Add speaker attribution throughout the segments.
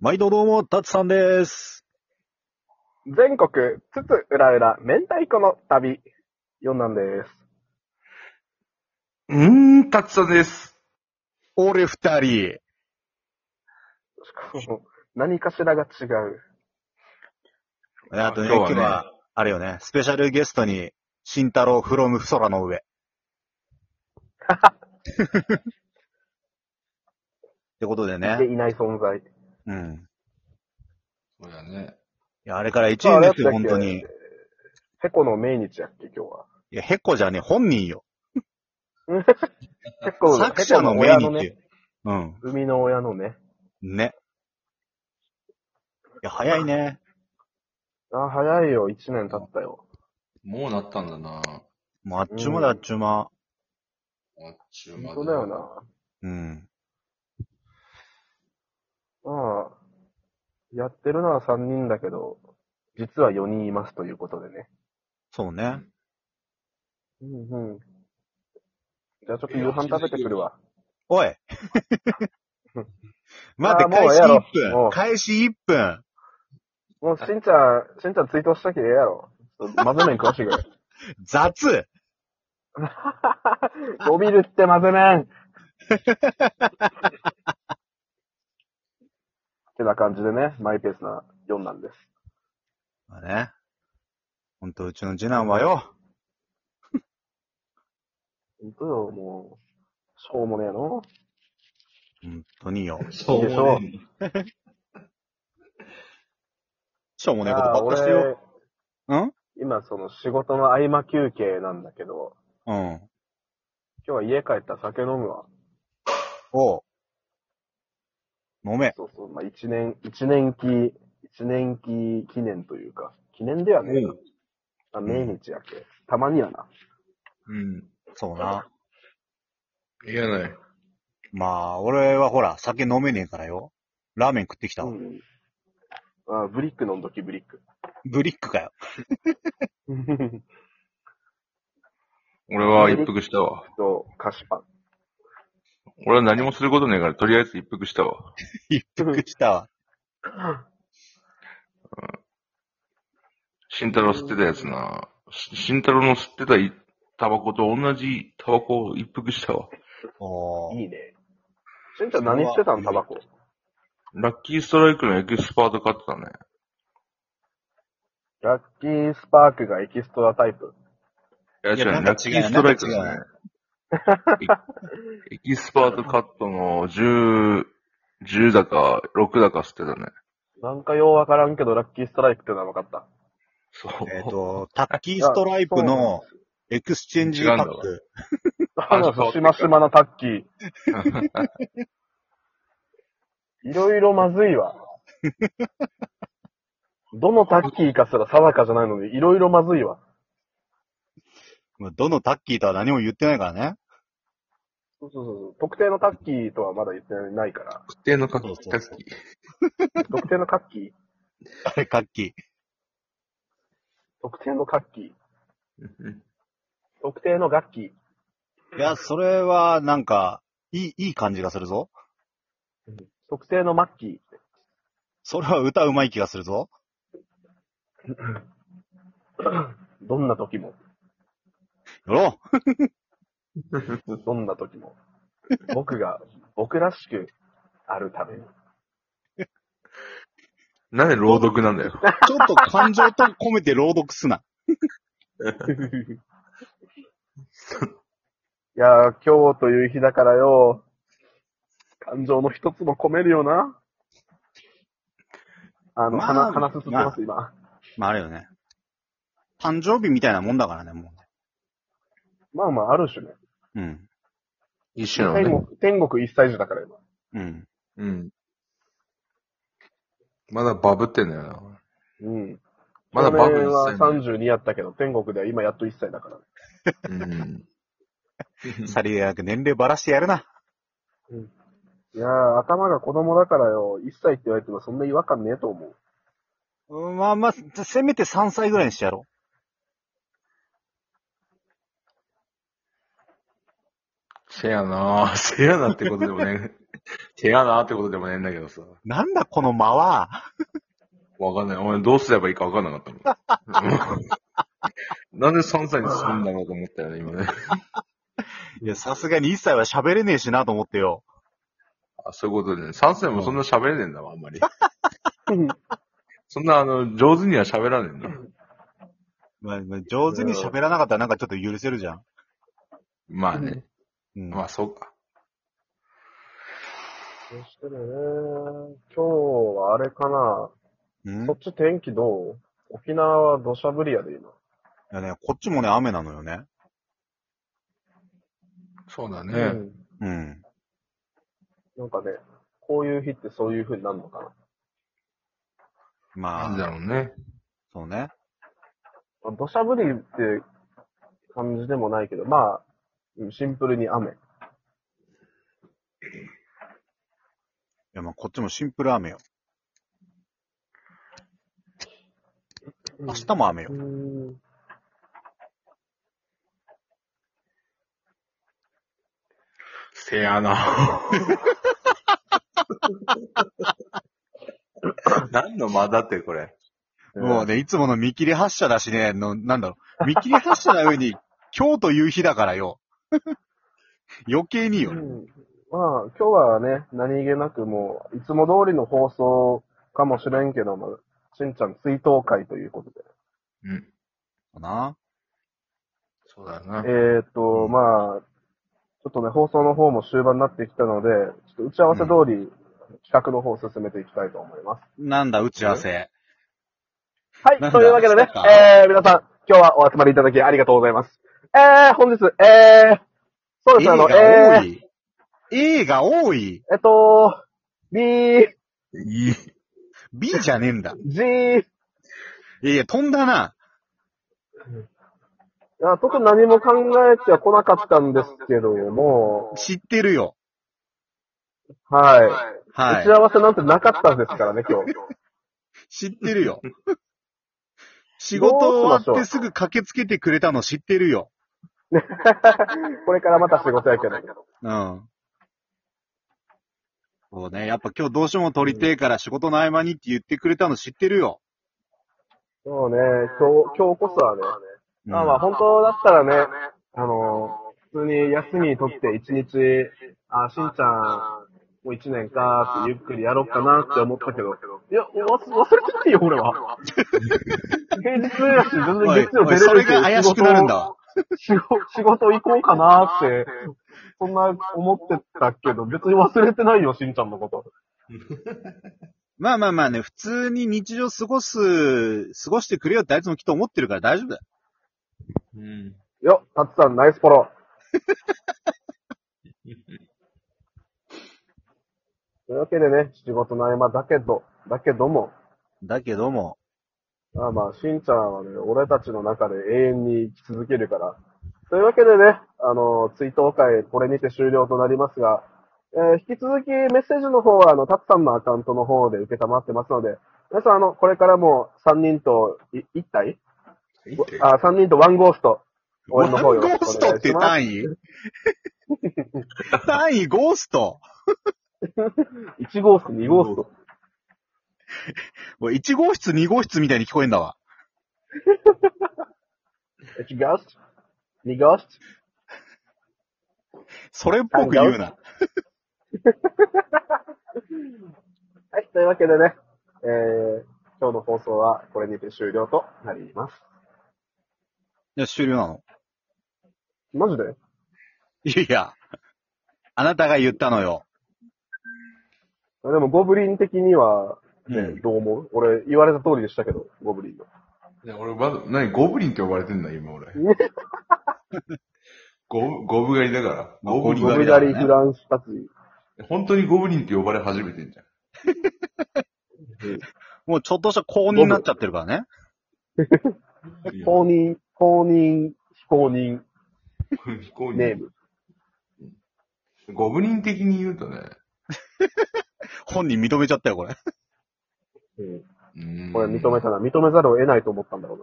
Speaker 1: 毎度どうも、たつさんです。
Speaker 2: 全国、つつ、うらうら、明太子の旅、四男です。
Speaker 3: うーん、たつさんです。
Speaker 1: 俺二人。
Speaker 2: しかも何かしらが違う。
Speaker 1: あとね、
Speaker 3: 今
Speaker 1: 今
Speaker 3: 日は
Speaker 1: 日
Speaker 3: ね
Speaker 1: は、あれよね、スペシャルゲストに、慎太郎 from 空の上。ってことで
Speaker 2: で
Speaker 1: ね。
Speaker 2: いない存在。
Speaker 1: うん。い
Speaker 3: そうだね。
Speaker 1: や、あれから1年ですよ、
Speaker 2: あ
Speaker 1: 本
Speaker 2: れ
Speaker 1: 当
Speaker 2: だっけ
Speaker 1: に。い
Speaker 2: ヘコの命日やっけ、今日は。
Speaker 1: や、ヘコじゃねえ、本人よ。
Speaker 2: ヘコ、
Speaker 1: 作者の
Speaker 2: ヘコ
Speaker 1: 命
Speaker 2: 親
Speaker 1: 日
Speaker 2: の
Speaker 1: ってい
Speaker 2: ね、
Speaker 1: う。うん。
Speaker 2: 生みの親のね。
Speaker 1: ね。いや、早いね。
Speaker 2: あ、早いよ、一年経ったよ。
Speaker 3: もうなったんだなぁ。
Speaker 1: もうあっちゅうまであっちゅうま。
Speaker 3: あっちゅうま
Speaker 2: 本当だよな。
Speaker 1: うん。
Speaker 2: まあ、やってるのは三人だけど、実は四人いますということでね。
Speaker 1: そうね。
Speaker 2: うんうん。じゃあちょっと夕飯食べてくるわ。
Speaker 1: お い待って、
Speaker 2: あーも
Speaker 1: 開
Speaker 2: う
Speaker 1: 始
Speaker 2: やろ
Speaker 1: 1
Speaker 2: も
Speaker 1: 分
Speaker 2: う
Speaker 1: 開始1分
Speaker 2: もう、しんちゃん、しんちゃんツイートしたきゃええやろ。ちょっと混ぜ麺詳しいから。
Speaker 1: 雑
Speaker 2: 伸びるって混ぜ麺ってな感じでね、マイペースな4なんです。
Speaker 1: まあね。ほんと、うちの次男はよ。
Speaker 2: ほんとよ、もう、しょうもねえの。
Speaker 1: ほんとによ。
Speaker 3: そう
Speaker 2: でしょ
Speaker 1: しょうもないこと
Speaker 2: ああ
Speaker 1: ばっかしてよ。
Speaker 2: 俺
Speaker 1: ん
Speaker 2: 今その仕事の合間休憩なんだけど、
Speaker 1: うん。
Speaker 2: 今日は家帰ったら酒飲むわ。
Speaker 1: おう。飲め。
Speaker 2: そうそう、まあ一年、一年期、一年期記念というか、記念ではねえな。あ、命日やけ。たまにやな。
Speaker 3: うん。
Speaker 1: そうな。
Speaker 3: いやない。
Speaker 1: まあ、俺はほら、酒飲めねえからよ。ラーメン食ってきたわ。
Speaker 2: うん。あ、ブリック飲んどき、ブリック。
Speaker 1: ブリックかよ。
Speaker 4: 俺は一服したわ。
Speaker 2: と、菓子パン。
Speaker 4: 俺は何もすることねえから、とりあえず一服したわ。
Speaker 1: 一服したわ。
Speaker 4: 慎太郎吸ってたやつな。し慎太郎の吸ってたいタバコと同じタバコを一服したわ。
Speaker 1: おー。
Speaker 2: いいね。しんちゃん何してたんタバコ。
Speaker 4: ラッキーストライクのエキスパート買ってたね。
Speaker 2: ラッキースパークがエキストラタイプ。
Speaker 4: いや、
Speaker 1: い
Speaker 4: 違
Speaker 1: や
Speaker 4: うね、
Speaker 1: なん
Speaker 4: ラッ
Speaker 1: か
Speaker 4: キ
Speaker 1: 違う
Speaker 4: ーストライクです
Speaker 1: な
Speaker 4: ね。エキエキスパートカットの10、10だか、6だか吸ってたね。
Speaker 2: なんかようわからんけど、ラッキーストライクってのは分かった。
Speaker 4: そう。
Speaker 1: えっ、と、タッキーストライプのエクスチェンジパック。
Speaker 2: あ
Speaker 4: あ
Speaker 2: の、しましまなタッキ ー。いろいろまずいわ。どのタッキーかすら定かじゃないのに、いろいろまずいわ。
Speaker 1: まあどのタッキーとは何も言ってないからね。
Speaker 2: そうそうそうそう。特定のタッキーとはまだ言ってないか
Speaker 4: 特定のカッキ
Speaker 1: そ
Speaker 4: ー、カッ
Speaker 1: うそうそう
Speaker 4: キー。
Speaker 2: ら、特定のカッキー、
Speaker 1: あれ、タッキー。
Speaker 2: 特定のカッキー、
Speaker 4: うん
Speaker 2: 特定の楽器。
Speaker 1: いや、それは、なんか、いい、いい感じがするぞ。
Speaker 2: 特定のマッキー。
Speaker 1: それは歌うまい気がするぞ。
Speaker 2: どんな時も。
Speaker 1: やろう
Speaker 2: どんな時も。僕が、僕らしくあるため に。
Speaker 4: なんで朗読なんだ よ。
Speaker 1: ちょっと感情と込めて朗読すな。
Speaker 2: いやー、今日という日だからよ。感情の一つも込めるよな。あの、
Speaker 1: まあ
Speaker 2: 鼻、鼻すすってます、今。
Speaker 1: まあ、あれよね。誕生日みたいなもんだからね、も
Speaker 2: まあまあ、ある種ね。
Speaker 1: う。うん。
Speaker 4: 一種の
Speaker 2: 天
Speaker 4: ね。
Speaker 2: 国、天国一歳児だから今。
Speaker 1: うん。
Speaker 4: うん。まだバブってんだよな。
Speaker 2: うん。
Speaker 4: まだバブ
Speaker 2: 俺
Speaker 4: 一
Speaker 2: は
Speaker 4: 切ない。
Speaker 2: 32やったけど、天国では今やっと1歳だから。
Speaker 4: うん。
Speaker 1: さりげなく年齢ばらしてやるな。
Speaker 2: いやー、頭が子供だからよ、1歳って言われてもそんな違和感ねえと思う。
Speaker 1: うんまあまあ、せめて3歳ぐらいにしてやろ
Speaker 4: せやなせやなってことでもね。
Speaker 3: 手穴ってことでもねえんだけどさ。
Speaker 1: なんだこの間は。
Speaker 3: わかんない。お前どうすればいいかわかんなかったもん。なんで3歳に するんだろうと思ったよね、今ね。
Speaker 1: いや、さすがに一切は喋れねえしなと思ってよ。
Speaker 3: あそういうことでね。3歳もそんな喋れねえんだわ、あんまり。
Speaker 2: うん
Speaker 3: そんな、あの、上手には喋らねえんだ。
Speaker 1: まあ、まあ上手に喋らなかったらなんかちょっと許せるじゃん。
Speaker 3: まあね。
Speaker 1: うん。
Speaker 3: まあ、そうか。
Speaker 2: そしてね、今日はあれかな。
Speaker 1: うん、い
Speaker 2: そっち天気どう沖縄は土砂降りやで今。
Speaker 1: やね、こっちもね、雨なのよね。
Speaker 3: そうだ
Speaker 2: う
Speaker 3: ね。
Speaker 2: ん。
Speaker 1: うん。
Speaker 2: なんかね、こういう日ってそういう風になるのかな。
Speaker 1: ま
Speaker 3: なん
Speaker 1: あ、
Speaker 3: だろうね。
Speaker 1: そうね。
Speaker 2: まあ土砂降りって感じでもないけど、まあ、うんシンプルに雨。
Speaker 1: いや、まあ、こっちもシンプル雨よ。明日も雨よ
Speaker 2: う。ん。
Speaker 3: 手穴。 何の間だって、これ。
Speaker 1: もうね、いつもの見切り発車だしね、の、なんだろう、見切り発車な上に、今日という日だからよ。 余計によ。
Speaker 2: うんまあ、今日はね、何気なくもう、いつも通りの放送かもしれんけども、しんちゃん追悼会ということで。
Speaker 3: うん。
Speaker 1: な。
Speaker 3: そうだな。
Speaker 2: えーっと、まあ、ちょっとね、放送の方も終盤になってきたので、ちょっと打ち合わせ通り、企画の方を進めていきたいと思います。
Speaker 1: なんだ、打ち合わせ。
Speaker 2: は、
Speaker 1: ないんだ
Speaker 2: というわけでね
Speaker 1: そうか、
Speaker 2: えー、皆さん、今日はお集まりいただきありがとうございます。えー、本日、えー、そうで
Speaker 1: 映
Speaker 2: すね、あ
Speaker 1: が
Speaker 2: の、
Speaker 1: 多
Speaker 2: えー、
Speaker 1: い。映が多い。
Speaker 2: えっと、B、
Speaker 3: いい。
Speaker 1: B じゃねえんだ。
Speaker 2: G、
Speaker 1: いやいや、飛んだな。
Speaker 2: あ特に何も考えてはこなかったんですけども、
Speaker 1: 知ってるよ。
Speaker 2: はい。
Speaker 1: は
Speaker 2: 打
Speaker 1: い
Speaker 2: ち合。わせなんてなかったんですからね、今日。
Speaker 1: 知ってるよ。仕事終わってすぐ駆けつけてくれたの知ってるよ。
Speaker 2: これからまた仕事やけど。
Speaker 1: うん。そうね。やっぱ今日どうしても撮りてえから仕事の合間にって言ってくれたの知ってるよ。
Speaker 2: そうね、今日、今日こそはね。
Speaker 1: うん
Speaker 2: まあまあ、本当だったらね、あの、普通に休み取って一日、あ、しんちゃん、もう一年か、ってゆっくりやろうかなって思ったけど、いや、わ忘れてないよ、俺は。平日だし、全然
Speaker 1: おい
Speaker 2: 月曜
Speaker 1: おい
Speaker 2: 出
Speaker 1: そ
Speaker 2: れる
Speaker 1: れ
Speaker 2: し
Speaker 1: が怪しくなるんだわ。
Speaker 2: 仕事仕事行こうかなって、そんな思ってたけど、別に忘れてないよ、しんちゃんのこと。
Speaker 1: まあまあまあね、普通に日常過ごす、過ごしてくれよってあいつもきっと思ってるから大丈夫だよ。
Speaker 3: うん。
Speaker 2: よ、たつさん、ナイスフォロー。というわけでね、仕事の合間だけど、だけども、
Speaker 1: だけども、
Speaker 2: まあまあ、しんちゃんはね、俺たちの中で永遠に生き続けるから。というわけでね、あの、追悼会、これにて終了となりますが、えー引き続きメッセージの方は、あの、たつさんのアカウントの方で受けたまってますので、皆さん、あの、これからも3人とい1体
Speaker 3: いいって
Speaker 2: あ、3人と1ゴースト、応
Speaker 1: ワ
Speaker 2: 援の
Speaker 1: ン
Speaker 2: 方よ
Speaker 1: ゴ
Speaker 2: ろしく
Speaker 1: ー
Speaker 2: お
Speaker 1: スト
Speaker 2: 願
Speaker 1: っ
Speaker 2: いしてます。
Speaker 1: 単 位単位ゴースト。
Speaker 2: 1ゴースト、2ゴースト。
Speaker 1: もう1号室、2号室みたいに聞こえんだわ。
Speaker 2: 1ゴースト、2ゴースト。
Speaker 1: それっぽく言うな。
Speaker 2: はい、というわけでね、えー、今日の放送はこれにて終了となります。
Speaker 1: いや、終了なの。
Speaker 2: マジで
Speaker 1: いやいや、あなたが言ったのよ。
Speaker 2: でも、ゴブリン的には、ね
Speaker 1: うん
Speaker 2: どう思う俺、言われた通りでしたけど、ゴブリンの。
Speaker 3: ね俺、まだ、何、ゴブリンって呼ばれてんだ、今 俺。ゴブ、ゴブ狩りだから。ゴブリン
Speaker 2: ゴ
Speaker 1: ゴ
Speaker 2: ブ
Speaker 1: ブ
Speaker 2: ダ
Speaker 1: ダ
Speaker 2: リ
Speaker 1: リ
Speaker 2: フランス達
Speaker 3: 本当にゴブリンって呼ばれ始めてんじゃん。
Speaker 1: もうちょっとした公認になっちゃってるからね。
Speaker 3: いや
Speaker 2: 公認、公認、非公認
Speaker 3: 非公認
Speaker 2: ネーム。
Speaker 3: ゴブリン的に言うとね。
Speaker 1: 本人認めちゃったよ、これ。
Speaker 3: うん
Speaker 2: これ認めたら、認めざるを得ないと思ったんだろう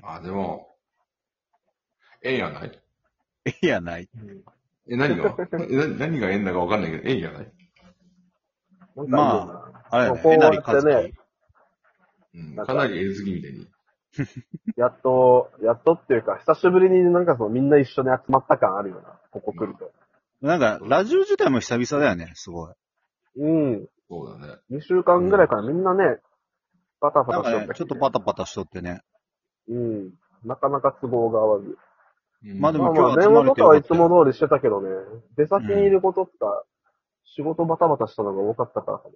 Speaker 2: な。
Speaker 3: あ、でも、縁やない
Speaker 1: いや、ない。
Speaker 3: え、何が えな何が縁だかわかんないけど、縁じゃない
Speaker 2: なんかいいよな
Speaker 1: まあ、あれだ
Speaker 2: こう
Speaker 1: ね、え
Speaker 2: や
Speaker 1: な
Speaker 2: って
Speaker 1: り
Speaker 2: ね
Speaker 1: かずき。
Speaker 3: うん。
Speaker 2: なん
Speaker 3: か
Speaker 2: か
Speaker 3: なり絵好きみたいに。
Speaker 2: やっと、やっとっていうか、久しぶりになんかそのみんな一緒に集まった感あるよな、ここ来ると。
Speaker 1: なんか、ラジオ自体も久々だよね、すごい。
Speaker 2: うん。
Speaker 3: そうだね。
Speaker 2: 2週間ぐらいからみんなね、パタパ
Speaker 1: なん
Speaker 2: タ
Speaker 1: か
Speaker 2: しとっ
Speaker 1: ね
Speaker 2: た、
Speaker 1: ちょっとパタパタしとってね。
Speaker 2: うん。なかなか都合が合わず。
Speaker 3: うん
Speaker 1: まあでも
Speaker 2: まあまあ、電話とかはいつも通りしてたけどね、出先にいることとか、仕事バタバタしたのが多かったからかも。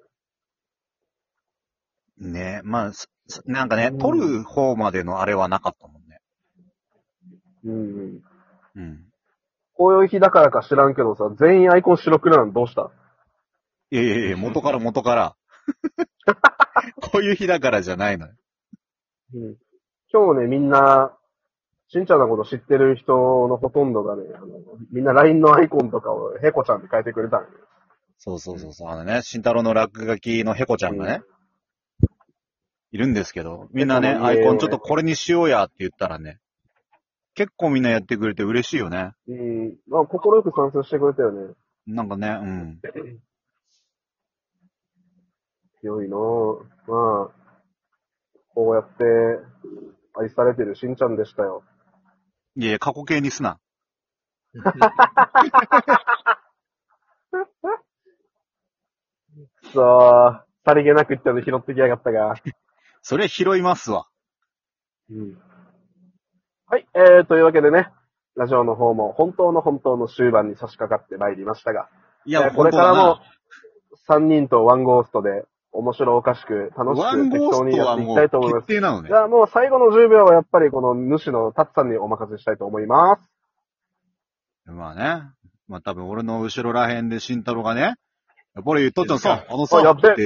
Speaker 1: ねまあ、すすなんかね
Speaker 2: うん、
Speaker 1: 撮る方までのあれはなかったもんね。
Speaker 2: うんうん。
Speaker 1: うん。
Speaker 2: こういう日だからか知らんけどさ、全員アイコン白黒なのどうした
Speaker 1: いやいやいや、元から元 から。こういう日だからじゃないのよ。
Speaker 2: うん。今日ね、みんな、しんちゃんのこと知ってる人のほとんどがね、あのみんな LINE のアイコンとかをヘコちゃんって変えてくれたのよ。
Speaker 1: そうそうそうそう。あのね、慎太郎の落書きのヘコちゃんがね、いるんですけど、みんなね、
Speaker 2: ヘコの
Speaker 1: ア
Speaker 2: 家をね
Speaker 1: イコンちょっとこれにしようやって言ったらね、結構みんなやってくれて嬉しいよね。
Speaker 2: うん。まあ、心よく賛成してくれたよね。
Speaker 1: なんかね、うん。
Speaker 2: 強いなぁ。まあ、こうやって愛されてるしんちゃんでしたよ。
Speaker 1: いやいや、過去形にすな。
Speaker 2: くそー、さりげなく言ったの拾ってきやがったが。
Speaker 1: それ拾いますわ。
Speaker 2: うん。はい、えー、というわけでね、ラジオの方も本当の本当の終盤に差し掛かってまいりましたが、
Speaker 1: い
Speaker 2: い
Speaker 1: や、
Speaker 2: こ
Speaker 1: 本
Speaker 2: れ
Speaker 1: 当
Speaker 2: から
Speaker 1: だ
Speaker 2: も
Speaker 1: な。
Speaker 2: 3人とワンゴーストで面白おかしく楽し
Speaker 1: ワ
Speaker 2: く
Speaker 1: ン
Speaker 2: 適
Speaker 1: ゴ
Speaker 2: 当
Speaker 1: ー
Speaker 2: に
Speaker 1: スト
Speaker 2: やっ
Speaker 1: は
Speaker 2: てい
Speaker 1: も
Speaker 2: き
Speaker 1: う
Speaker 2: たいと思います。
Speaker 1: 決定なのね
Speaker 2: じ。ゃあもう最後の10秒はやっぱりこの主のタツさんにお任せしたいと思います。
Speaker 1: まあね。まあ多分俺の後ろら辺で慎太郎がね、やっぱり、とっちゃんさ、あの
Speaker 2: あ
Speaker 1: さ、
Speaker 2: やっべ
Speaker 1: って